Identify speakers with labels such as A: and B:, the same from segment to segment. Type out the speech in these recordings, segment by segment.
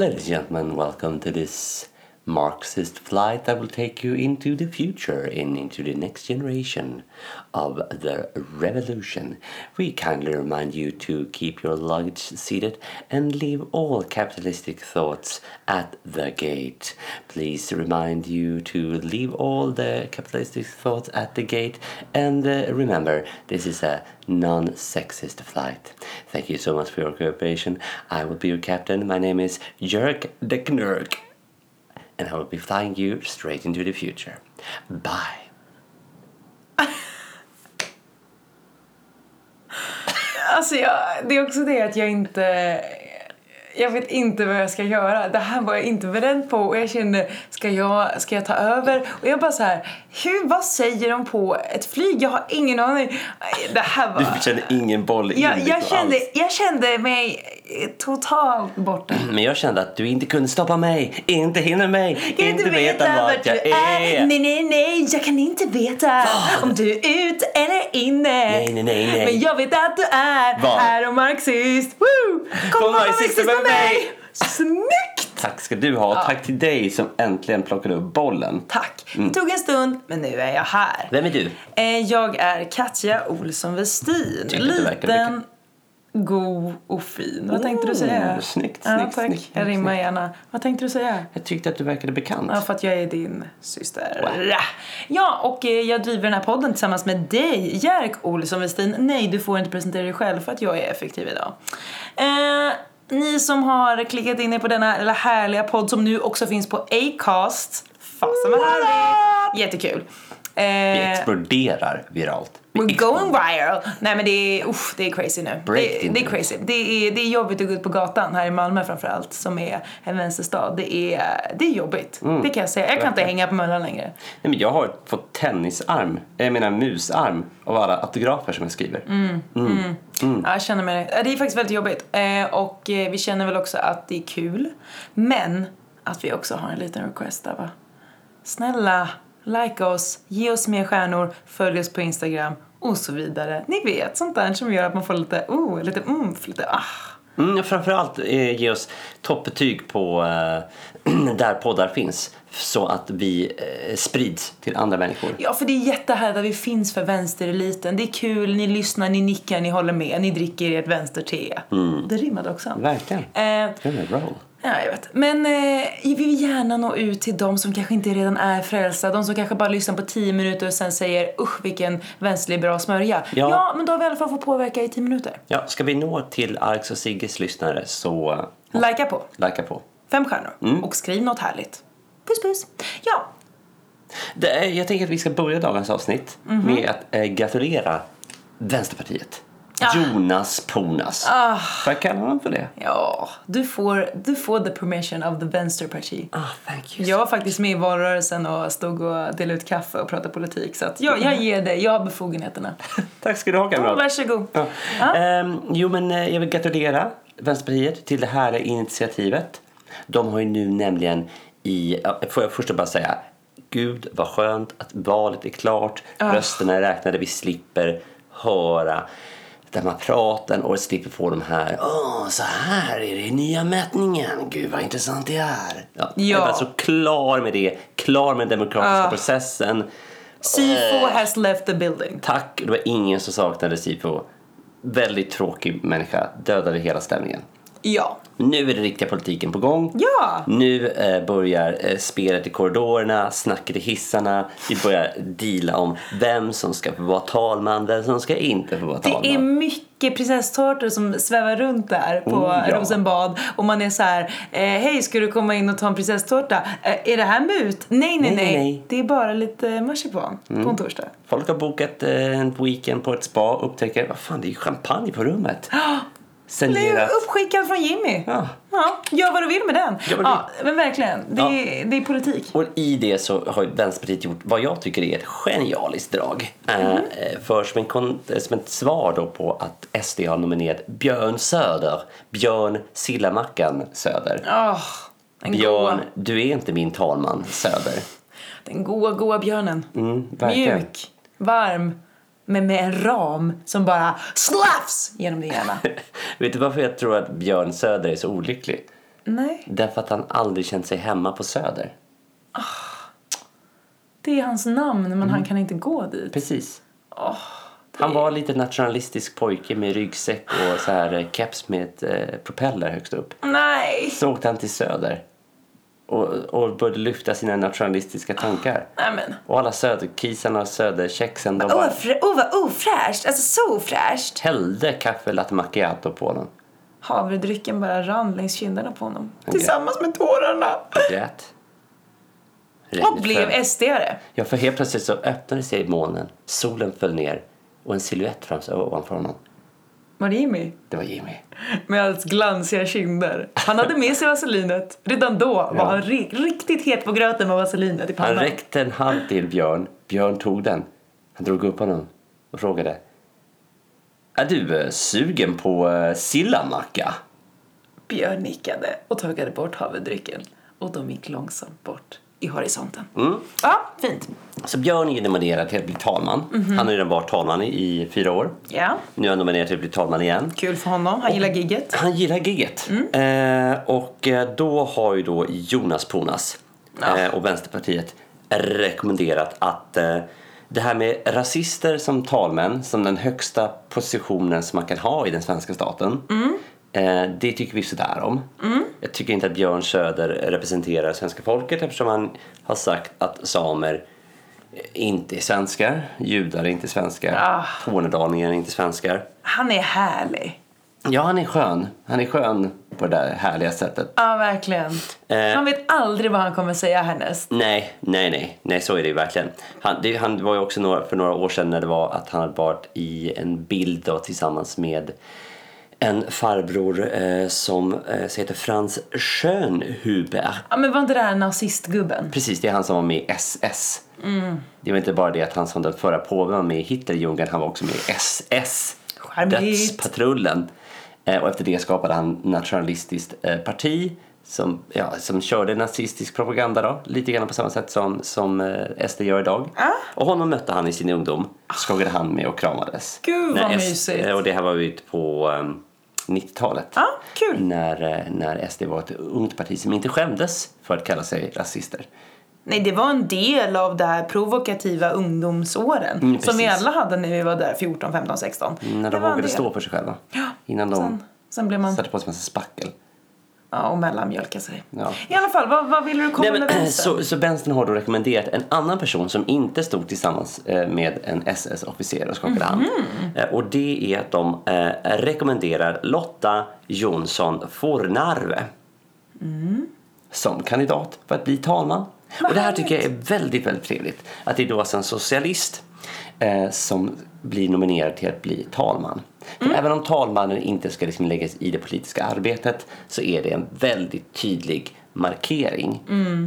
A: Blackman. Welcome to this Marxist flight that will take you into the future and into the next generation of the revolution. We kindly remind you to keep your luggage seated and leave all capitalistic thoughts at the gate. Please remind you to leave all the capitalistic thoughts at the gate and uh, remember this is a non sexist flight. Thank you so much for your cooperation. I will be your captain. My name is Jörg de Knurk and I will be flying you straight into the future. Bye.
B: Alltså jag, det är också det att jag inte... Jag vet inte vad jag ska göra. Det här var jag inte beredd på och jag kände, ska jag, ska jag ta över? Och jag bara så här, hur, vad säger de på ett flyg? Jag har ingen aning. Det här var...
A: Du kände ingen boll in
B: Jag, jag,
A: alls.
B: kände, jag kände mig totalt borta.
A: Men jag kände att du inte kunde stoppa mig, inte hinner mig, inte veta vart jag är.
B: Nej, nej, nej, jag kan inte veta om du är ute eller inne.
A: Nej, nej, nej, nej.
B: Men jag vet att du är
A: Var?
B: här och marxist. Woo! Kom och var marxist med mig! Snyggt!
A: Tack ska du ha, tack till dig som äntligen plockade upp bollen.
B: Tack.
A: Mm.
B: Det tog en stund, men nu är jag här.
A: Vem är du?
B: Eh, Jag är Katja Olsson Westin.
A: att du verkar
B: Liten, god och fin. Vad tänkte du säga?
A: Mm, snyggt,
B: ja,
A: snyggt,
B: tack.
A: snyggt,
B: Jag rimmar
A: snyggt.
B: gärna. Vad tänkte du säga?
A: Jag tyckte att du verkade bekant.
B: Ja, för att jag är din syster. Ja, och eh, jag driver den här podden tillsammans med dig, Jerk Olsson Westin. Nej, du får inte presentera dig själv för att jag är effektiv idag. Eh, ni som har klickat in er på denna lilla härliga podd som nu också finns på Acast. Fasen vad härligt! Jättekul. Eh,
A: Vi exploderar viralt. Vi
B: We're
A: exploderar.
B: going viral! Nej men det är, uff, det är crazy nu.
A: Break
B: det,
A: the
B: det är
A: news.
B: crazy. Det är, det är jobbigt att gå ut på gatan här i Malmö framförallt som är en vänsterstad. Det är, det är jobbigt. Det kan jag säga. Jag kan inte hänga på Möllan längre.
A: Nej, men jag har fått tennisarm, jag menar musarm, av alla autografer som jag skriver.
B: Ja, jag känner mig, ja, det är faktiskt väldigt jobbigt. Eh, och eh, vi känner väl också att det är kul. Men att vi också har en liten request där va. Snälla, like oss, ge oss mer stjärnor, följ oss på Instagram och så vidare. Ni vet sånt där som gör att man får lite oh, lite umf, lite ah.
A: Mm, framförallt eh, ge oss toppbetyg på eh, där poddar finns så att vi eh, sprids till andra människor.
B: Ja, för det är jättehärligt att vi finns för vänstereliten. Det är kul, ni lyssnar, ni nickar, ni håller med, ni dricker ert vänsterte. Det rimmade också.
A: Verkligen.
B: Eh,
A: You're on a roll.
B: ja, jag vet. Men eh, vi vill gärna nå ut till de som kanske inte redan är frälsta. De som kanske bara lyssnar på 10 minuter och sen säger usch vilken vänsterliberal smörja.
A: Ja.
B: ja, men då har vi i alla fall fått påverka i 10 minuter.
A: Ja, ska vi nå till Arx och Sigges lyssnare så eh,
B: Lajka på,
A: likea på.
B: fem stjärnor. Och skriv något härligt. Puss puss. Ja,
A: Det, är- jag tänker att vi ska börja dagens avsnitt med att eh, gratulera Vänsterpartiet. Jonas Pornas. Ah. Får jag kalla honom för det?
B: ja. Du, får, du får the permission of the vänsterparti.
A: Ah, thank you.
B: Jag var faktiskt med i valrörelsen och stod och delade ut kaffe och pratade politik. Så att jag, jag ger dig, jag har befogenheterna.
A: Tack ska du ha, kamrat.
B: Varsågod.
A: Ja. Ehm, jo, men eh, jag vill gratulera Vänsterpartiet till det här initiativet. De har ju nu nämligen i... ja, Får jag först bara säga, gud vad skönt att valet är klart, rösterna är räknade, vi slipper höra den här praten och slipper få de här Åh, så här är det i nya mätningen, gud vad intressant det är. Ja, Ah. Jag är bara så klar med det, klar med den demokratiska processen.
B: Sifo has left the building.
A: Tack, det var ingen som saknade Sifo. Väldigt tråkig människa, dödade hela stämningen.
B: Ja.
A: Nu är den riktiga politiken på gång.
B: Ja.
A: Nu eh, börjar eh, spelet i korridorerna, snacket i hissarna. Vi börjar deala om vem som ska få vara talman, vem som ska inte få vara talman.
B: Det är mycket prinsesstårtor som svävar runt där på
A: Oh, ja.
B: Rosenbad och man är så här, eh, hej ska du komma in och ta en prinsesstårta? Eh, är det här mut? Nej, nej,
A: Nej,
B: nej.
A: nej. Mm.
B: Det är bara lite marsipan på en torsdag.
A: Folk har bokat eh, en weekend på ett spa och upptäcker vad fan, det är ju champagne på rummet.
B: Det är ju
A: Serverat.
B: uppskickad från Jimmy.
A: Ja.
B: ja. Gör vad du vill med den.
A: Gör vad du
B: ja,
A: vill.
B: men verkligen, det,
A: Ja.
B: är, det är politik.
A: Och i det så har ju Vänsterpartiet gjort vad jag tycker är ett genialiskt drag. Eh, för som, en kon- eh, som ett svar då på att SD har nominerat Björn Söder, Björn Sillamackan Söder.
B: Åh, den
A: Björn,
B: goa,
A: du är inte min talman Söder.
B: den goa, goa björnen.
A: Mm, verkligen.
B: Mjuk, varm, men med en ram som bara slafs genom din hjärna.
A: Vet du varför jag tror att Björn Söder är så olycklig?
B: Nej,
A: Därför att han aldrig känt sig hemma på Söder.
B: det är hans namn men
A: Mm.
B: han kan inte gå dit.
A: Precis.
B: Åh,
A: Han var lite nationalistisk pojke med ryggsäck och så här eh, keps med ett, eh, propeller högst upp.
B: nej!
A: Så åkte han till Söder och, och började lyfta sina nationalistiska tankar.
B: Nej men.
A: Och alla söderkisarna och söderkexen de bara
B: Ofrä- oh, vad ofräscht! Alltså så ofräscht!
A: hällde kaffe latte macchiato på honom.
B: Havredrycken bara rann längs kinderna på honom. Tillsammans med tårarna!
A: Grät.
B: Och
A: Regnet föll.
B: blev SD-are.
A: Ja, för helt plötsligt så öppnade sig månen, solen föll ner och en silhuett fanns ovanför honom.
B: Var det Jimmy?
A: Det var Jimmy.
B: Med hans glansiga kinder. Han hade med sig vaselinet. Redan då var han ri- riktigt het på gröten med vaselinet i
A: Han
B: pannan.
A: räckte en hand till Björn. Björn tog den. Han drog upp honom och frågade. Är du eh, sugen på eh, sillamacka?
B: Björn nickade och tuggade bort havredrycken. Och de gick långsamt bort i horisonten.
A: Mm.
B: Ja, fint.
A: Så Alltså, Björn är nominerad till att bli talman. Han har ju redan varit talman i, i fyra år.
B: Ja,
A: Nu är han nominerad till att bli talman igen.
B: kul för honom. Han gillar gigget.
A: Han gillar gigget. Eh, och eh, då har ju då Jonas Ponas
B: Ja.
A: eh, och Vänsterpartiet rekommenderat att eh, det här med rasister som talmän, som den högsta positionen som man kan ha i den svenska staten,
B: Mm.
A: eh, det tycker vi sådär om. Jag tycker inte att Björn Söder representerar svenska folket eftersom han har sagt att samer inte är svenskar, judar är inte svenskar,
B: Ah.
A: tornedalingar är inte svenskar.
B: Han är härlig.
A: Ja, han är skön. Han är skön på det där härliga sättet.
B: Ja, verkligen.
A: Eh.
B: Man vet aldrig vad han kommer säga härnäst.
A: Nej, nej, nej. Nej, så är det ju verkligen. Han, det, han var ju också några, för några år sedan när det var att han hade varit i en bild då, tillsammans med en farbror eh, som eh, så heter Frans Schönhuber.
B: Ja, men var inte det här nazistgubben?
A: Precis, det är han som var med i SS.
B: Mm.
A: Det var inte bara det att han som den förra påven var med i Hitlerjugend, han var också med i SS.
B: Charmigt.
A: Dödspatrullen. Eh, och efter det skapade han nationalistiskt eh, parti som, ja, som körde nazistisk propaganda då, lite grann på samma sätt som, som eh, SD gör idag.
B: Ah.
A: Och honom mötte han i sin ungdom, skakade hand med och kramades.
B: Gud, vad
A: När S-
B: mysigt.
A: eh, Och det här var ju ute på ehm, 90-talet
B: Ja, kul.
A: när, eh, när SD var ett ungt parti som inte skämdes för att kalla sig rasister.
B: Nej, det var en del av det här provokativa ungdomsåren som vi
A: Mm, precis. Mm,
B: alla hade när vi var där 14, 15, 16.
A: När
B: det
A: de
B: var en
A: vågade
B: del.
A: stå för sig själva.
B: Ja,
A: Innan de
B: Sen, sen blev man
A: satte på sig en massa spackel.
B: ja, och mellanmjölka sig.
A: Ja.
B: I alla fall, vad, vad ville du komma
A: Nej,
B: med
A: men, eh,
B: vänster?
A: så, så vänstern har då rekommenderat en annan person som inte stod tillsammans eh, med en SS-officer och skakade hand.
B: Mhm.
A: Eh, Och det är att de eh, rekommenderar Lotta Jonsson Fornarve som kandidat för att bli talman. och det här tycker jag är väldigt, väldigt trevligt. Att det är då alltså en socialist eh, som blir nominerad till att bli talman. För även om talmannen inte ska liksom läggas i det politiska arbetet så är det en väldigt tydlig markering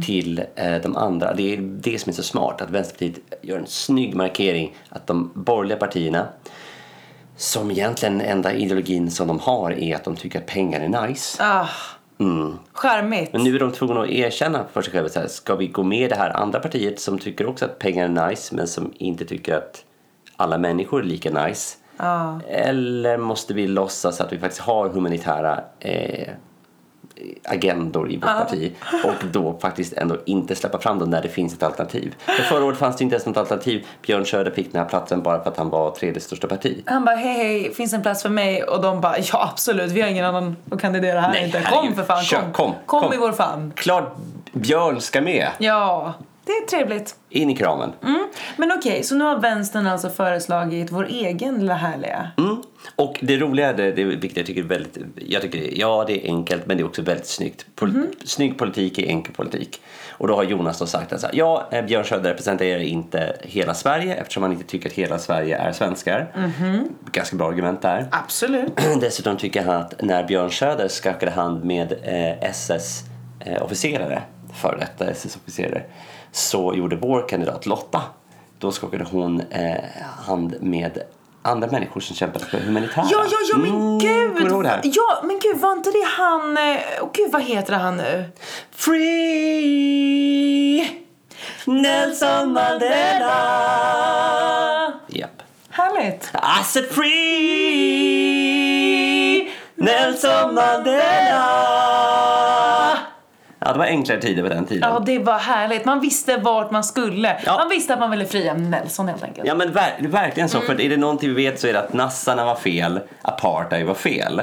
A: till eh, de andra. Det är det som är så smart, att Vänsterpartiet gör en snygg markering att de borgerliga partierna som egentligen enda ideologin som de har är att de tycker att pengar är nice.
B: Ah, Charmigt.
A: Mm. Men nu är de tvungna att erkänna för sig själva så här, ska vi gå med i det här andra partiet som tycker också att pengar är nice men som inte tycker att alla människor är lika nice? Eller måste vi låtsas att vi faktiskt har humanitära eh, agendor i vårt parti och då faktiskt ändå inte släppa fram dem när det finns ett alternativ. För förra året fanns det inte ens något alternativ. Björn Söder fick den här platsen bara för att han var tredje största parti.
B: Han bara, hej hej, finns det en plats för mig? Och de bara, ja absolut, vi har ingen annan att kandidera här
A: Nej,
B: inte. Kom
A: herregud.
B: för fan,
A: Kör,
B: kom.
A: kom, kom.
B: i vår famn.
A: Klart Björn ska med!
B: Ja, det är trevligt.
A: In i kramen.
B: Mm. Men okej, så nu har vänstern alltså föreslagit vår egen lilla härliga.
A: Mm. Och det roliga, det, det, vilket jag tycker är väldigt, jag tycker, det- ja det är enkelt men det är också väldigt snyggt. Pol- Snygg politik är enkel politik. Och då har Jonas då sagt att så här, ja, eh, Björn Söder representerar inte hela Sverige eftersom han inte tycker att hela Sverige är svenskar. Ganska bra argument där.
B: Absolut.
A: Dessutom tycker han att när Björn Söder skakade hand med eh, SS-officerare, före detta SS-officerare, så gjorde vår kandidat Lotta, då skakade hon eh, hand med andra människor som kämpade för humanitära.
B: Ja, ja, ja, men
A: Mm,
B: gud!
A: Kommer du ihåg det här?
B: Ja, men gud, var inte det han... eh, Åh gud, vad heter han nu?
A: Free Nelson Mandela Japp.
B: Härligt!
A: I said free Nelson Mandela Ja, det var enklare tider på den tiden.
B: Ja, det var härligt. Man visste vart man skulle.
A: Ja.
B: Man visste att man ville fria Nelson helt enkelt.
A: Ja men ver- verkligen så, för är det någonting vi vet så är det att nassarna var fel, apartheid var fel.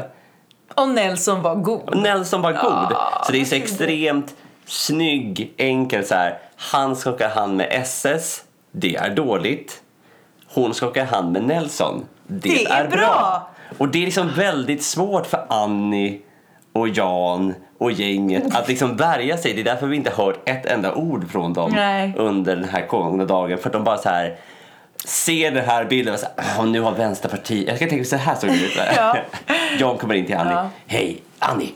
B: Och Nelson var god.
A: Och Nelson var god.
B: Ja,
A: så det är så
B: precis.
A: extremt snygg, enkel så här. Han skakar hand med SS, det är dåligt. Hon skakar hand med Nelson, det,
B: Det är bra.
A: Och det är liksom väldigt svårt för Annie och Jan och gänget att liksom värja sig. Det är därför vi inte hört ett enda ord från dem
B: Nej.
A: under den här gångna dagen. För att de bara så här ser den här bilden och så här, "Åh, nu har Vänsterpartiet... Jag kan tänka mig så här såg det ut.
B: Ja.
A: Jan kommer in till Annie.
B: Ja.
A: Hej, Annie!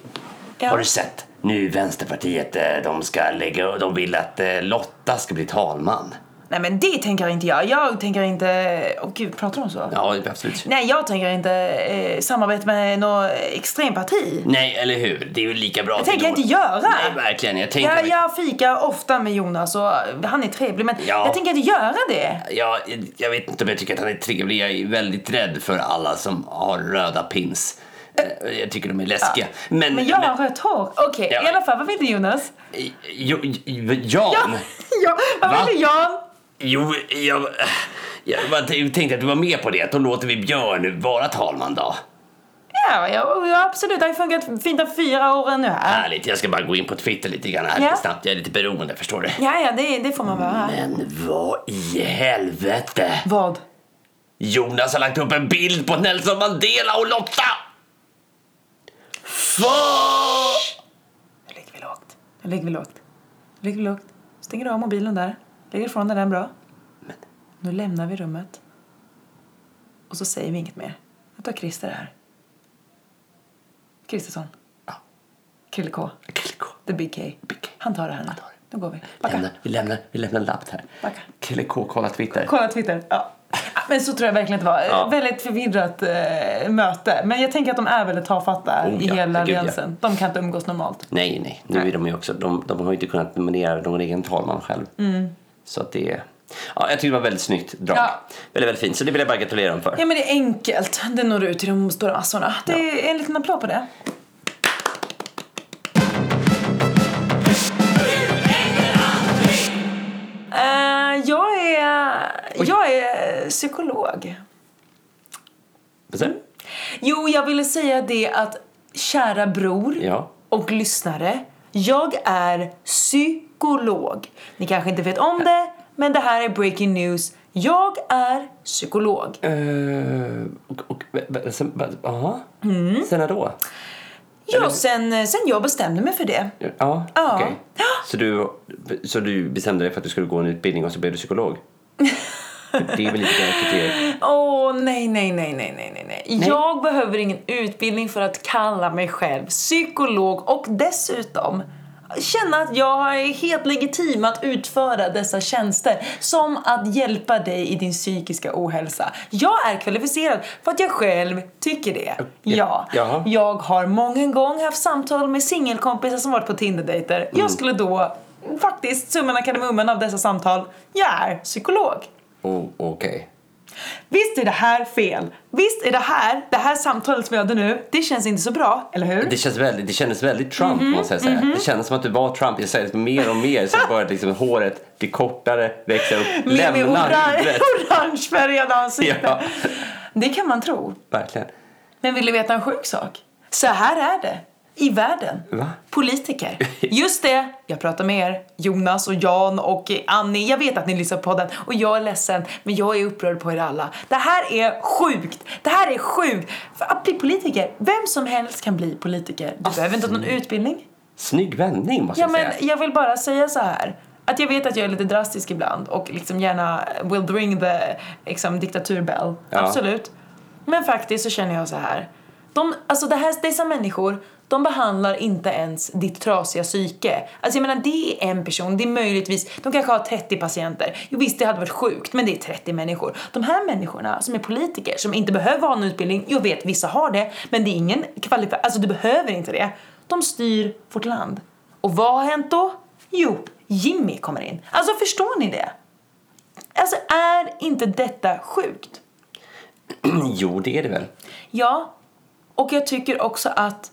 B: Ja.
A: Har du sett? Nu Vänsterpartiet, eh, de ska lägga... De vill att eh, Lotta ska bli talman.
B: Nej men det tänker inte jag. Jag tänker inte... Åh gud, pratar de så?
A: Ja, absolut.
B: Nej, jag tänker inte eh, samarbeta med något extremparti.
A: Nej, eller hur? Det är ju lika bra.
B: Det tänker jag inte göra.
A: Nej, verkligen. Jag tänker...
B: Jag, jag fikar ofta med Jonas och han är trevlig men
A: Ja.
B: jag tänker inte göra det.
A: Jag, jag vet inte om jag tycker att han är trevlig. Jag är väldigt rädd för alla som har röda pins. Eh, Jag tycker de är läskiga. Men,
B: Men jag har rött hår. Okej,
A: Ja.
B: i alla fall vad ville Jonas?
A: men- Jo, jo, Jan!
B: Ja, ja. vad
A: Va?
B: ville Jan?
A: Jo, jag, jag bara t- tänkte att du var med på det. Att då låter vi Björn vara talman då.
B: Ja, ja, ja absolut, det har ju funkat fint de fyra åren nu här.
A: Härligt, jag ska bara gå in på Twitter lite grann här
B: Ja.
A: lite snabbt. Jag är lite beroende, förstår du.
B: Ja, ja, det, det får man vara.
A: Men vad i helvete!
B: Vad?
A: Jonas har lagt upp en bild på Nelson Mandela och Lotta! Fan!
B: Nu ligger vi lågt. Nu ligger vi lågt. Nu ligger vi lågt. Stänger av mobilen där. Lägger ifrån dig den bra. Nu lämnar vi rummet. Och så säger vi inget mer. Jag tar Christer här. Kristersson.
A: Ja.
B: Krille K. The Big K. Han tar det här nu. Nu går vi.
A: Vi
B: Backa.
A: lämnar, vi lämnar, vi lämnar en lapp här.
B: Backa.
A: Kille K kollar Twitter.
B: Kolla Twitter. Ja. Men så tror jag verkligen att det var.
A: Ja.
B: Väldigt förvirrat eh, möte. Men jag tänker att de är väldigt tafatta
A: Oh,
B: i
A: ja.
B: hela
A: Herregud, ja.
B: alliansen. De kan inte umgås normalt.
A: Nej, nej. Nu är de ju också, de, de har ju inte kunnat nominera någon egen talman själv. Så att det är... Ja, jag tycker det var väldigt snyggt drag.
B: Mm. Ja.
A: Väldigt, väldigt fint. Så det vill jag bara gratulera dem för.
B: Ja men det är enkelt. Det når ut till de stora massorna. Det är en liten applåd på det. Eh, jag är, jag är psykolog.
A: Vad säger du?
B: Jo, jag ville säga det att kära bror
A: Ja.
B: och lyssnare, jag är psykolog. Ni kanske inte vet om det, men det här är breaking news. Jag är psykolog.
A: Eh, och, och, vä- vä- sen, vä- aha.
B: Mm.
A: Sen när då?
B: Ja, sen, sen jag bestämde mig för det.
A: Ja,
B: Ja.
A: okej. Så, du, så du bestämde dig för att du skulle gå en utbildning och så blev du psykolog? det är väl lite grann kriteriet.
B: Åh, nej, nej, nej, nej, nej, nej, nej. Jag behöver ingen utbildning för att kalla mig själv psykolog och dessutom känna att jag är helt legitim att utföra dessa tjänster som att hjälpa dig i din psykiska ohälsa. Jag är kvalificerad för att jag själv tycker det. Ja.
A: Jaha.
B: Jag har många gånger haft samtal med singelkompisar som varit på Tinder-dejter. Jag skulle då faktiskt, summan av kardemumman av dessa samtal, jag är psykolog.
A: Oh, Okej.
B: Visst är det här fel? Visst är det här, det här samtalet som vi hade nu, det känns inte så bra, eller hur?
A: Det, känns väldigt, det kändes väldigt Trump
B: Mhm,
A: måste jag säga. Det kändes som att du var Trump. Jag säger det mer och mer så började liksom håret bli kortare, växa upp,
B: Med, med
A: lämna
B: orange,
A: huvudet.
B: orangefärgade ansikten.
A: Ja.
B: Det kan man tro.
A: Verkligen.
B: Men vill du veta en sjuk sak? Så här är det i världen.
A: Va?
B: Politiker. Just det, jag pratar med er. Jonas och Jan och Annie. Jag vet att ni lyssnar på podden och jag är ledsen men jag är upprörd på er alla. Det här är sjukt! Det här är sjukt! För att bli politiker, vem som helst kan bli politiker.
A: Alltså.
B: Du behöver inte ha någon utbildning.
A: Snygg vändning måste
B: Ja,
A: jag
B: men
A: säga.
B: jag vill bara säga så här. Att jag vet att jag är lite drastisk ibland och liksom gärna will ring the liksom, diktaturbell.
A: Ja.
B: Absolut. Men faktiskt så känner jag så här. De, alltså det här, dessa människor, de behandlar inte ens ditt trasiga psyke. Alltså jag menar, det är en person, det är möjligtvis, de kanske har 30 patienter. Jo visst, det hade varit sjukt, men det är 30 människor. De här människorna som är politiker, som inte behöver ha en utbildning, jag vet vissa har det, men det är ingen kvalitet, alltså du behöver inte det. De styr vårt land. Och vad har hänt då? Jo, Jimmy kommer in. Alltså förstår ni det? Alltså är inte detta sjukt?
A: Jo, det är det väl.
B: Ja, och jag tycker också att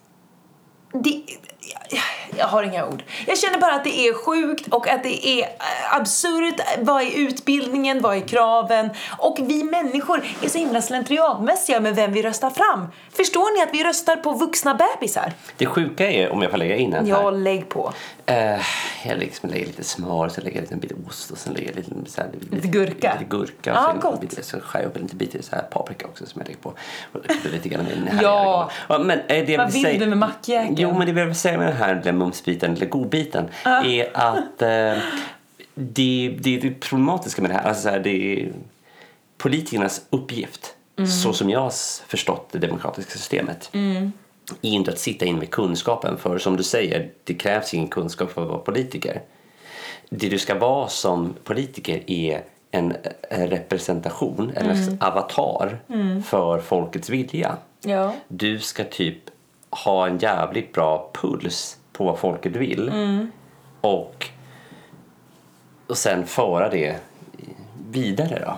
B: det, jag har inga ord. Jag känner bara att det är sjukt och att det är eh, absurt. Vad är utbildningen? Vad är kraven? Och vi människor är så himla slentrianmässiga med vem vi röstar fram. Förstår ni att vi röstar på vuxna bebisar?
A: Det sjuka är, om jag får lägga in en
B: Ja,
A: här.
B: lägg på.
A: Eh, jag liksom lägger lite smör, sen lägger jag en liten bit ost och sen lägger jag lite, så här, lite,
B: Lite gurka.
A: Lite gurka
B: Ja,
A: och sen,
B: gott.
A: en bit, sen skär jag upp en liten bit så här paprika också som jag lägger på. Och det är lite grann med den här jävla-
B: Ja.
A: ja men, eh, det jag
B: Vad
A: vill
B: vill
A: säga,
B: du med mackjäkeln?
A: Jo men det jag vill säga med den här lilla mumsbiten, eller godbiten, är att eh, det, det, det problematiska med det här, alltså så här, det är politikernas uppgift så som jag har s- förstått det demokratiska systemet är inte att sitta in med kunskapen. För som du säger, det krävs ingen kunskap för att vara politiker. Det du ska vara som politiker är en eh, representation, eller en avatar för folkets vilja.
B: Ja.
A: Du ska typ ha en jävligt bra puls på vad folket vill
B: Mm.
A: och, och sen föra det vidare. då.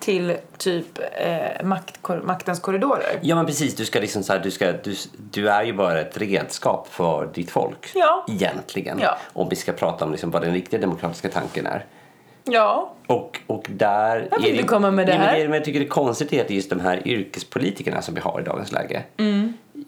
B: Till typ eh, makt, maktens korridorer.
A: Ja men precis, du ska liksom så här, du, ska, du, du är ju bara ett redskap för ditt folk.
B: Ja.
A: Egentligen.
B: Ja.
A: Om vi ska prata om liksom vad den riktiga demokratiska tanken är.
B: Ja.
A: Och, och där...
B: Varför
A: är
B: vill du komma med det
A: Ja, men
B: här?
A: det, men jag tycker det är konstigt är att just de här yrkespolitikerna som vi har i dagens läge.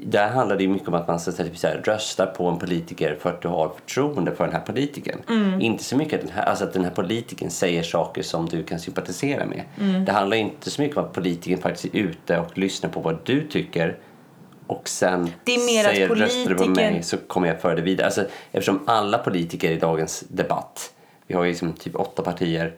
A: Där handlar det ju mycket om att man ska så här, typ, så här, rösta på en politiker för att du har förtroende för den här politikern. Inte så mycket att den här, alltså att den här politikern säger saker som du kan sympatisera med. Det handlar inte så mycket om att politikern faktiskt är ute och lyssnar på vad du tycker och sen
B: Det är mer att
A: säger röstar du på
B: politiker-
A: mig så kommer jag föra det vidare. Alltså, eftersom alla politiker i dagens debatt, vi har ju liksom typ åtta partier,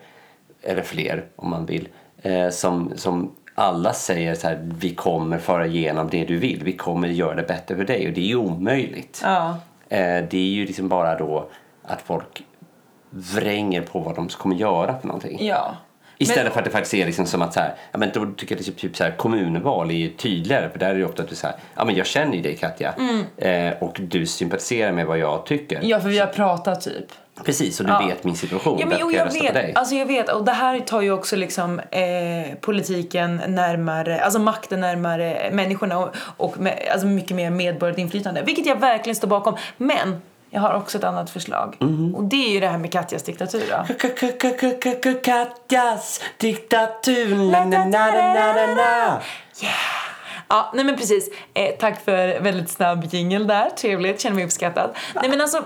A: eller fler om man vill, eh, som, som alla säger så här, vi kommer föra igenom det du vill, vi kommer göra det bättre för dig och det är ju omöjligt.
B: Ja.
A: Eh, det är ju liksom bara då att folk vränger på vad de kommer göra för någonting.
B: Ja.
A: Istället för att det faktiskt är liksom som att så här, ja, men då tycker jag det är typ så här, kommunval är ju tydligare för där är det ju ofta att du säger ja men jag känner ju dig Katja eh, och du sympatiserar med vad jag tycker.
B: Mm. Ja, för vi har pratat typ.
A: Precis och du
B: Ja.
A: vet min situation,
B: Ja, men,
A: därför
B: jo,
A: kan jag
B: jag,
A: rösta på dig.
B: vet, alltså, jag vet. Och det här tar ju också liksom, eh, politiken närmare, alltså makten närmare människorna och, och med, alltså, mycket mer medborgerligt inflytande. Vilket jag verkligen står bakom. Men jag har också ett annat förslag.
A: Mm.
B: Och det är ju det här med Katjas diktatur då.
A: Katjas diktatur, na na na na na na
B: Ja, nej men precis. Eh, tack för väldigt snabb jingel där. Trevligt, känner mig uppskattad. Nej men alltså,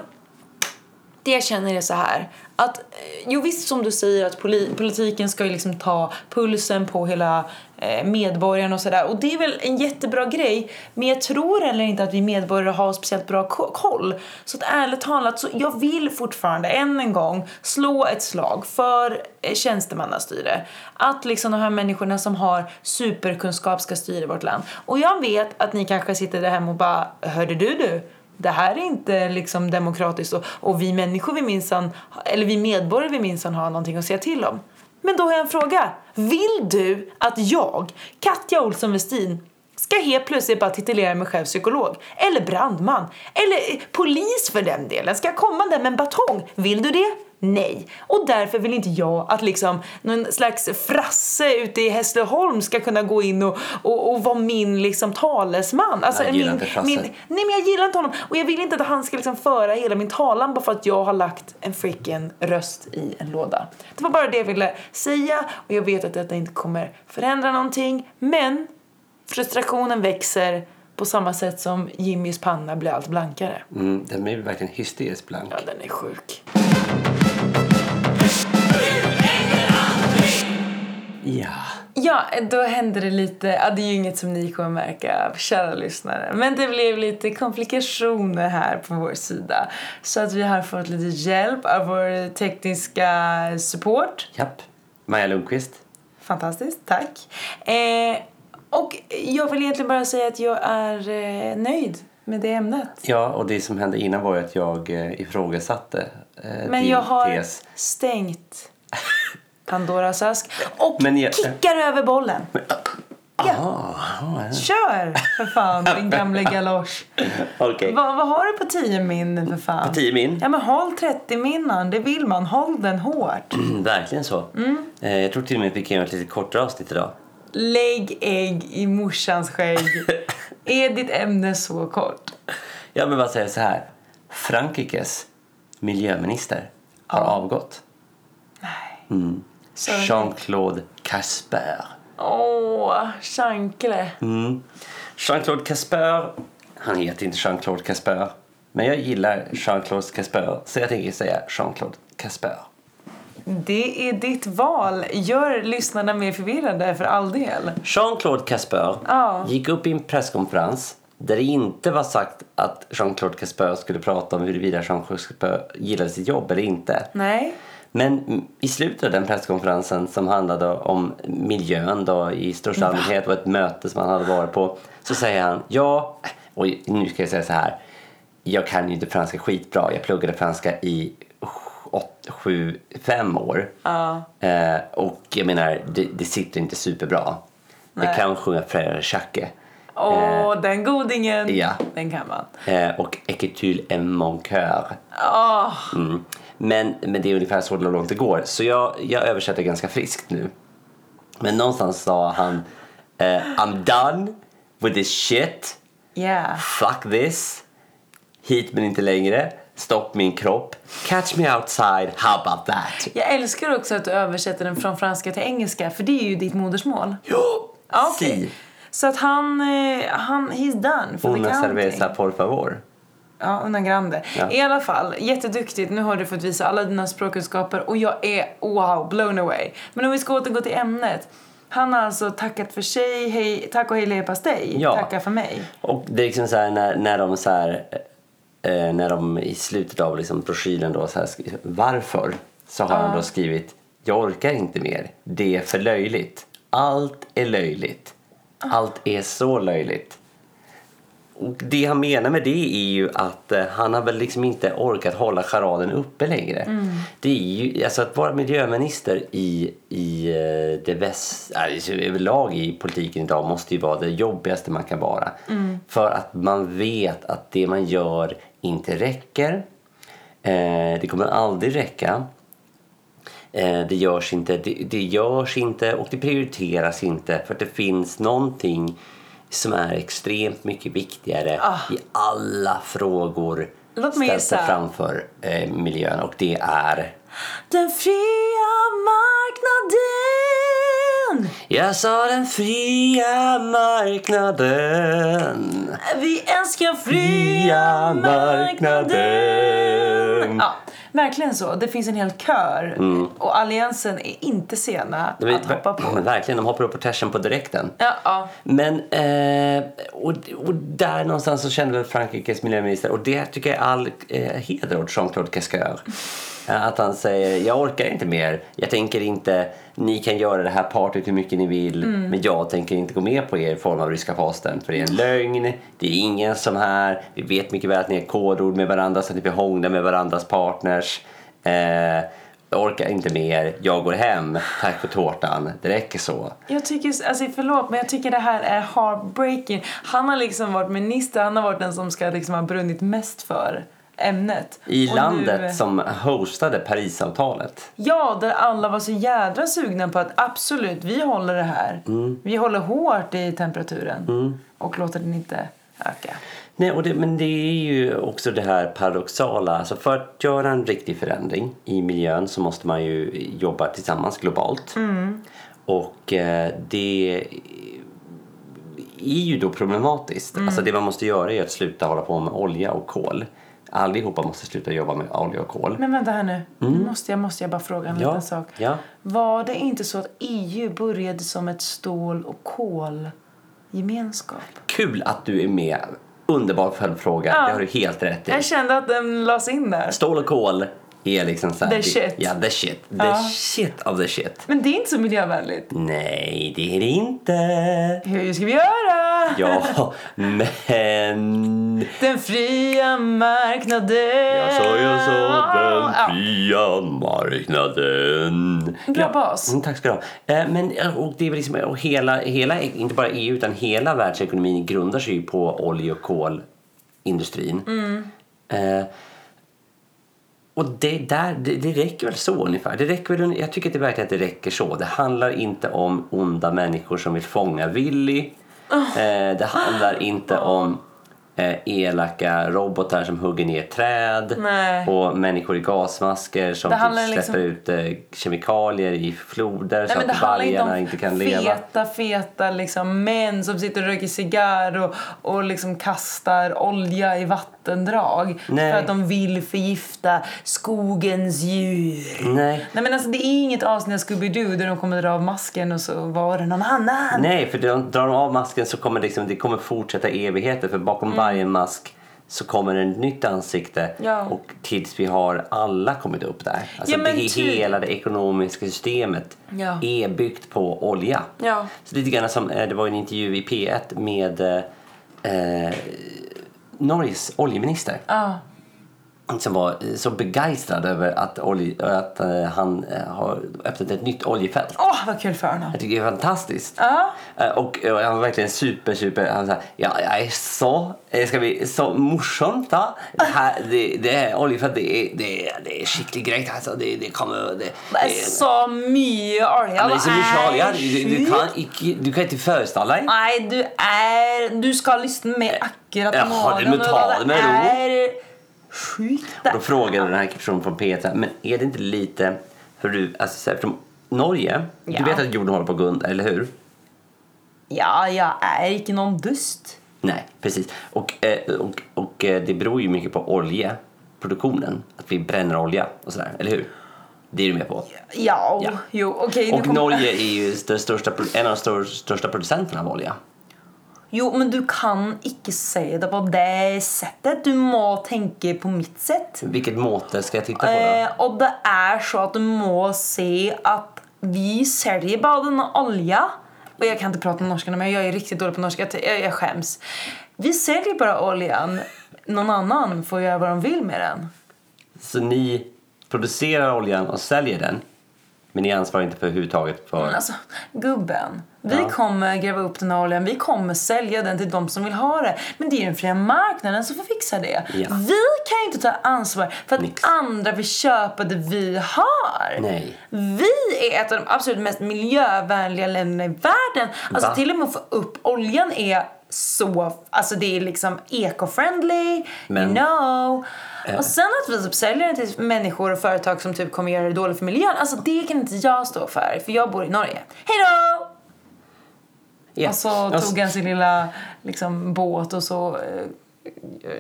B: det jag känner är så här. Att, eh, jo visst som du säger att poli- politiken ska ju liksom ta pulsen på hela eh, medborgarna och sådär. Och det är väl en jättebra grej. Men jag tror heller inte att vi medborgare har speciellt bra ko- koll. Så att ärligt talat, så jag vill fortfarande än en gång slå ett slag för eh, tjänstemannastyre. Att liksom de här människorna som har superkunskap ska styra vårt land. Och jag vet att ni kanske sitter där hemma och bara, hörde du du? det här är inte liksom demokratiskt och, och vi människor vi minsann, eller vi medborgare vi minsann har någonting att säga till om. Men då har jag en fråga. Vill du att jag, Katja Olsson Westin, ska helt plötsligt bara titulera mig själv psykolog? Eller brandman? Eller eh, polis för den delen? Ska jag komma där med en batong? Vill du det? Nej. Och därför vill inte jag att liksom någon slags frasse ute i Hässleholm ska kunna gå in och, och, och vara min liksom talesman. Alltså,
A: Jag gillar
B: min,
A: inte frasse.
B: min, Nej men jag gillar inte honom och jag vill inte att han ska liksom föra hela min talan bara för att jag har lagt en freaking röst i en låda. Det var bara det jag ville säga och jag vet att detta inte kommer förändra någonting men frustrationen växer på samma sätt som Jimmys panna blir allt blankare.
A: Mm, Den är verkligen hysteriskt blank.
B: Ja, den är sjuk.
A: Ja.
B: Ja, då hände det lite, ja, det är ju inget som ni kommer märka, kära lyssnare. Men det blev lite komplikationer här på vår sida. Så att vi har fått lite hjälp av vår tekniska support.
A: Japp. Maja Lundqvist.
B: Fantastiskt, tack. Eh, och jag vill egentligen bara säga att jag är eh, nöjd med det ämnet.
A: Ja, och det som hände innan var ju att jag eh, ifrågasatte eh,
B: Men
A: din
B: jag har
A: tes.
B: stängt Pandoras ask och
A: Men jag-
B: kickar över bollen.
A: Ah, ja.
B: Kör för fan din gamla galosch.
A: Okej.
B: Vad, vad har du på 10 min för fan?
A: På 10 min?
B: Ja men håll 30 minnan, det vill man. Håll den hårt.
A: Verkligen så. Eh, Jag tror till och med att vi kan göra ett lite kortare avsnitt idag.
B: Lägg ägg i morsans skägg. Är ditt ämne så kort?
A: Jag vill bara säga så här. Frankrikes miljöminister har avgått. Mm.
B: Nej. Så-
A: Jean-Claude Casper.
B: Åh, Chankle.
A: Mm. Jean-Claude Casper. Han heter inte Jean-Claude Casper. Men jag gillar Jean-Claude Casper så jag tänker säga Jean-Claude Casper.
B: Det är ditt val. Gör lyssnarna mer förvirrade för all del.
A: Jean-Claude Casper
B: Ja.
A: gick upp i en presskonferens där det inte var sagt att Jean-Claude Casper skulle prata om huruvida Jean-Claude Casper gillade sitt jobb eller inte.
B: Nej.
A: Men mm, i slutet av den presskonferensen som handlade om miljön då i största allmänhet och ett möte som han hade varit på så säger han ja, och nu ska jag säga så här. Jag kan ju inte franska skitbra. Jag pluggade franska i åt- sju, fem år. Eh, och jag menar, det, det sitter inte superbra. Jag
B: Nej.
A: kan sjunga Frère Jacques.
B: Åh, den godingen.
A: Eh, ja.
B: Den kan man.
A: Eh, och Equitude en mon cœur.
B: Åh,
A: Mm. Men, men det är ungefär så långt det går. Så jag, jag översätter ganska friskt nu. Men någonstans sa han eh, I'm done with this shit.
B: yeah.
A: Fuck this. Hit men inte längre. Stopp min kropp. Catch me outside. How about that?
B: Jag älskar också att du översätter den från franska till engelska, för det är ju ditt modersmål.
A: Ja,
B: Okej. Så att han, eh, han, he's done for the
A: Una
B: counting.
A: cerveza por favor.
B: Ja, una grande.
A: Ja.
B: I alla fall, jätteduktigt. Nu har du fått visa alla dina språkkunskaper och jag är wow, blown away. Men om vi ska återgå till ämnet. Han har alltså tackat för sig, hej, tack och hej leverpastej.
A: Ja.
B: Tacka för mig.
A: Och det är liksom så här när, när de så här, eh, när de i slutet av liksom broschyren då så här skri- varför så har han då skrivit jag orkar inte mer, det är för löjligt, allt är löjligt, allt är så löjligt. Och det han menar med det är ju att eh, han har väl liksom inte orkat hålla charaden uppe längre. Det är ju, alltså att vara miljöminister i, i eh, det väst, alltså överlag i politiken idag måste ju vara det jobbigaste man kan vara. För att man vet att det man gör inte räcker. Eh, det kommer aldrig räcka. Eh, det görs inte, det, det görs inte och det prioriteras inte för att det finns någonting som är extremt mycket viktigare i alla frågor
B: Ah. Låt mig
A: ställs det
B: gissa.
A: framför eh, miljön och det är
B: Den fria marknaden!
A: Jag sa den fria marknaden
B: Vi älskar fria
A: Fria
B: marknaden!
A: marknaden. Mm.
B: Ja, verkligen så. Det finns en hel kör och Alliansen är inte sena
A: De är-
B: att hoppa på.
A: Verkligen, de hoppar upp på tersen på direkten.
B: Ja, ja.
A: Men, eh, och, och där någonstans så kände väl Frankrikes miljöminister, och det tycker jag är all eh, heder åt Jean-Claude Casqueur. Eh, Att han säger, jag orkar inte mer, jag tänker inte, ni kan göra det här partyt hur mycket ni vill, men jag tänker inte gå med på er form av ryska fasten, för det är en lögn, det är ingen som här, vi vet mycket väl att ni är kodord med varandra, så att ni blir hångla med varandras partners. Eh, jag orkar inte mer, jag går hem, tack för tårtan, det räcker så.
B: Jag tycker, alltså förlåt men jag tycker det här är heartbreaking. Han har liksom varit minister, han har varit den som ska liksom ha brunnit mest för ämnet.
A: I
B: Och
A: landet
B: nu-
A: som hostade Parisavtalet.
B: Ja, där alla var så jädra sugna på att absolut, vi håller det här.
A: Mm.
B: Vi håller hårt i temperaturen och låter den inte öka.
A: Nej, och det, men det är ju också det här paradoxala. Alltså för att göra en riktig förändring i miljön så måste man ju jobba tillsammans globalt.
B: Mm.
A: Och eh, det är ju då problematiskt.
B: Mm.
A: Alltså det man måste göra är att sluta hålla på med olja och kol. Allihopa måste sluta jobba med olja och kol.
B: Men vänta här nu, nu måste jag, måste jag bara fråga en
A: Mm. Ja,
B: liten sak.
A: ja.
B: Var det inte så att EU började som ett stål och kolgemenskap?
A: Kul att du är med! Underbar följdfråga, det har du helt rätt i.
B: Jag kände att den lades in där.
A: Stål och kol är liksom så här,
B: The shit.
A: Ja, the shit. The
B: Ja.
A: shit of the shit.
B: Men det är inte så miljövänligt.
A: Nej, det är det inte.
B: Hur ska vi göra?
A: Ja, men...
B: Den fria marknaden.
A: Jag sa, jag sa,
B: Ja.
A: den fria marknaden.
B: Bra
A: Ja.
B: bas.
A: Mm, tack ska du ha. Eh, Men, eh, och det är väl liksom, och hela, hela, inte bara EU, utan hela världsekonomin grundar sig ju på olje och kolindustrin. Eh, Och det, där, det, det räcker väl så ungefär. Det räcker väl, jag tycker att det verkar att det räcker så. Det handlar inte om onda människor som vill fånga Willy. Eh, det handlar inte om eh, elaka robotar som hugger ner träd
B: Nej.
A: och människor i gasmasker som
B: Det
A: typ
B: handlar
A: släpper
B: liksom-
A: ut eh, kemikalier i floder
B: Nej, men
A: så
B: det
A: att
B: handlar inte
A: vargarna
B: om
A: inte kan
B: feta,
A: leva.
B: feta liksom, män som sitter och röker cigarr och, och liksom kastar olja i vattendrag
A: Nej.
B: för att de vill förgifta skogens djur.
A: Nej.
B: Nej men alltså det är inget avsnitt av Scooby-Doo där de kommer dra av masken och så var det någon annan.
A: Nej, för de, drar de av masken så kommer det, liksom, det kommer fortsätta i evigheter för bakom
B: Mm.
A: varje mask så kommer ett nytt ansikte
B: Ja.
A: och tills vi har alla kommit upp där. Alltså
B: Ja,
A: det
B: men
A: är
B: typ.
A: hela det ekonomiska systemet
B: Ja.
A: är byggt på olja.
B: Ja.
A: Så lite grann som, eh, det var en intervju i P1 med eh, eh, Norges oljeminister
B: Ja.
A: som var eh, så begeistrad över att, olje, att eh, han eh, har öppnat ett nytt oljefält.
B: Åh vad kul för honom.
A: Jag tycker det är fantastiskt.
B: Ja.
A: Eh, Och, och han var verkligen super, super... Han sa ja, jag är så... Det ska bli så morsomt. Va? Det här, det, det här oljefett, det är, det är, det är skickligt grejt. Alltså, det, det kommer... Det,
B: Det är så mycket olja.
A: det är så mycket olja. Du, du,
B: Sjukt.
A: kan, icke- du kan inte föreställa dig.
B: Nej, du är... Du ska lyssna med akkurat
A: Jaha, du må ta det med ro.
B: är sjukt.
A: Då frågade den här personen från P1 så här, men är det inte lite... För du, alltså, så här, från Norge,
B: Ja.
A: du vet att jorden håller på att gå under, eller hur?
B: Ja, jag är inte någon dust.
A: Nej, precis. Och, eh, och, och eh, det beror ju mycket på oljeproduktionen. Att vi bränner olja och sådär, eller hur? Det är du med på.
B: Ja,
A: Ja.
B: jo, okej. nu
A: Och
B: kommer-
A: Norge är ju den största, pro- en av de stor, största producenterna av olja.
B: Jo, men du kan inte säga det på det sättet. Du måste tänka på mitt sätt.
A: Vilket måte ska jag titta på då?
B: Eh, och det är så att du måste se att vi säljer bara den olja. Och jag kan inte prata norska nu, men jag är riktigt dålig på norska. Jag, jag skäms. Vi säljer bara oljan. Någon annan får göra vad de vill med den.
A: Så ni producerar oljan och säljer den, men ni ansvarar inte för huvudtaget för...
B: Men alltså, gubben. Vi
A: Ja.
B: kommer gräva upp den här oljan, vi kommer sälja den till de som vill ha det. Men det är ju den fria marknaden som får fixa det.
A: Ja.
B: Vi kan ju inte ta ansvar för att
A: Nix.
B: andra vill köpa det vi har.
A: Nej.
B: Vi är ett av de absolut mest miljövänliga länderna i världen. Alltså
A: Va?
B: till och med att få upp oljan är så, alltså det är liksom eco-friendly,
A: Men- eh.
B: you know. Och sen att vi typ säljer det till människor och företag som typ kommer göra det dåligt för miljön, alltså det kan inte jag stå för, för jag bor i Norge. Hej då!
A: Ja. Alltså-
B: Och så Alltså, tog han sin lilla liksom, båt och så, eh,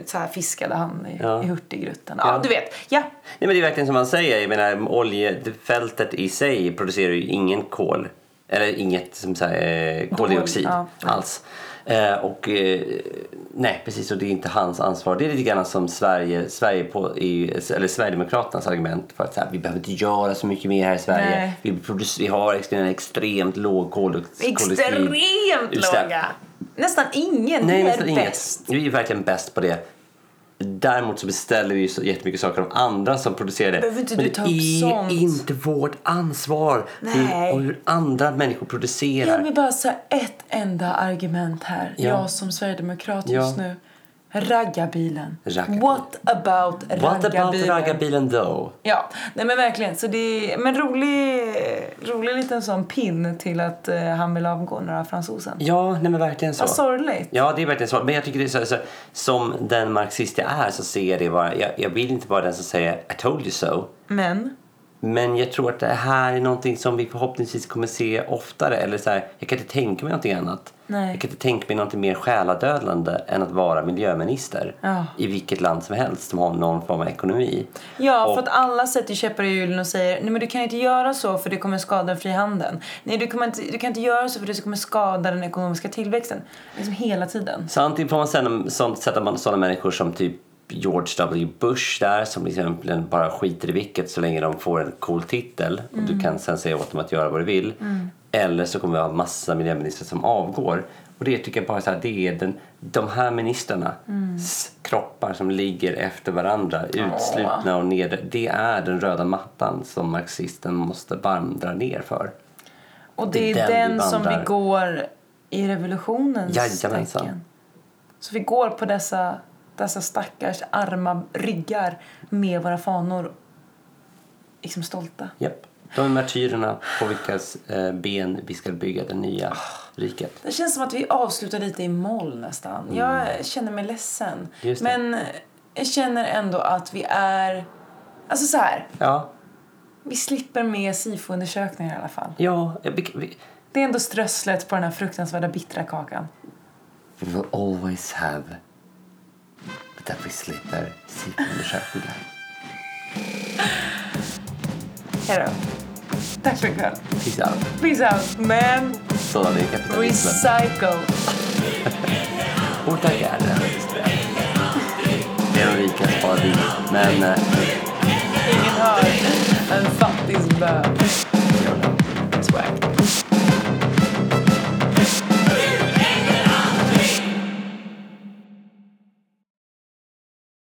B: så här fiskade han i,
A: Ja.
B: i Hurtigruten. Ja,
A: Ja.
B: du vet. Ja,
A: Nej, men det är verkligen som han säger. Jag menar, oljefältet i sig producerar ju ingen kol. Eller inget som så här, eh, koldioxid
B: ja.
A: alls. Eh, och eh, nej, precis. Och det är inte hans ansvar. Det är lite grann som Sverige, Sverige på, i, eller Sverigedemokraternas argument för att så här, vi behöver inte göra så mycket mer här i Sverige.
B: Nej.
A: Vi, producer- vi har ex- en extremt låg koldiox- koldioxid.
B: extremt
A: utsläpp.
B: låga. Nästan ingen.
A: Nej,
B: vi
A: nästan
B: är
A: inget.
B: bäst.
A: Vi är verkligen bäst på det. Däremot så beställer vi ju så jättemycket saker av andra som producerar det.
B: Behöver inte
A: Men
B: du
A: det
B: ta upp
A: är
B: sånt?
A: inte vårt ansvar
B: Nej.
A: hur, och hur andra människor
B: Jag
A: producerar.
B: vill bara säga ett enda argument här.
A: Ja.
B: Jag som sverigedemokrat
A: Ja.
B: just nu. Raggarbilen.
A: Raggarbilen.
B: What about
A: What about
B: raggarbilen?
A: raggarbilen though?
B: Ja, nej men verkligen. Så det är, men rolig, rolig liten sån pin till att eh, han vill avgå, den här fransosen.
A: Ja, nej men verkligen så.
B: Vad sorgligt.
A: Ja, det är verkligen så. Men jag tycker det är så, så som den marxist jag är så ser jag det bara, jag, jag vill inte vara den som säger I told you so.
B: Men,
A: Men jag tror att det här är någonting som vi förhoppningsvis kommer se oftare. Eller så här, jag kan inte tänka mig någonting annat.
B: Nej.
A: Jag kan inte tänka mig någonting mer själadödande än att vara miljöminister
B: Ja.
A: i vilket land som helst som har någon form av ekonomi.
B: ja
A: Och-
B: för att alla sätter käppar i hjulen och säger nej men du kan inte göra så för det kommer skada den fria handeln. Nej du, kommer inte, du kan inte göra så för det kommer skada den ekonomiska tillväxten. Liksom hela tiden.
A: Samtidigt får man sen, sånt, sätta man sådana människor som typ George W Bush där som exempel bara skiter i vilket så länge de får en cool titel och du kan sen säga åt dem att göra vad du vill. Eller så kommer vi ha massa miljöministrar som avgår. Och det tycker jag bara så här, det är den, de här ministrarnas kroppar som ligger efter varandra, utslutna och nere. Det är den röda mattan som marxisten måste vandra ner för.
B: Och det är
A: Det är
B: den,
A: den vi
B: som vi
A: vandrar.
B: går i revolutionens
A: Jajamensan.
B: tecken. Så vi går på dessa, dessa stackars arma ryggar med våra fanor liksom stolta.
A: Japp. De är martyrerna på vilkas eh, ben vi ska bygga det nya riket.
B: Det känns som att vi avslutar lite i moll nästan. Jag känner mig ledsen.
A: Mm. Just det.
B: Men jag känner ändå att vi är... Alltså så här.
A: Ja,
B: Vi slipper med SIFO-undersökningar i alla fall.
A: ja. eh, vi- vi-
B: Det är ändå strösslet på den här fruktansvärda bittra kakan.
A: We will always have that we slipper SIFO-undersökningar.
B: Hej då. Tack för ikväll.
A: Peace out.
B: Peace out. Men
A: Sådan är kapitalismen.
B: recycle.
A: Och tack är det. Det är de rikas paradis. Men... eh,
B: Ingen hör.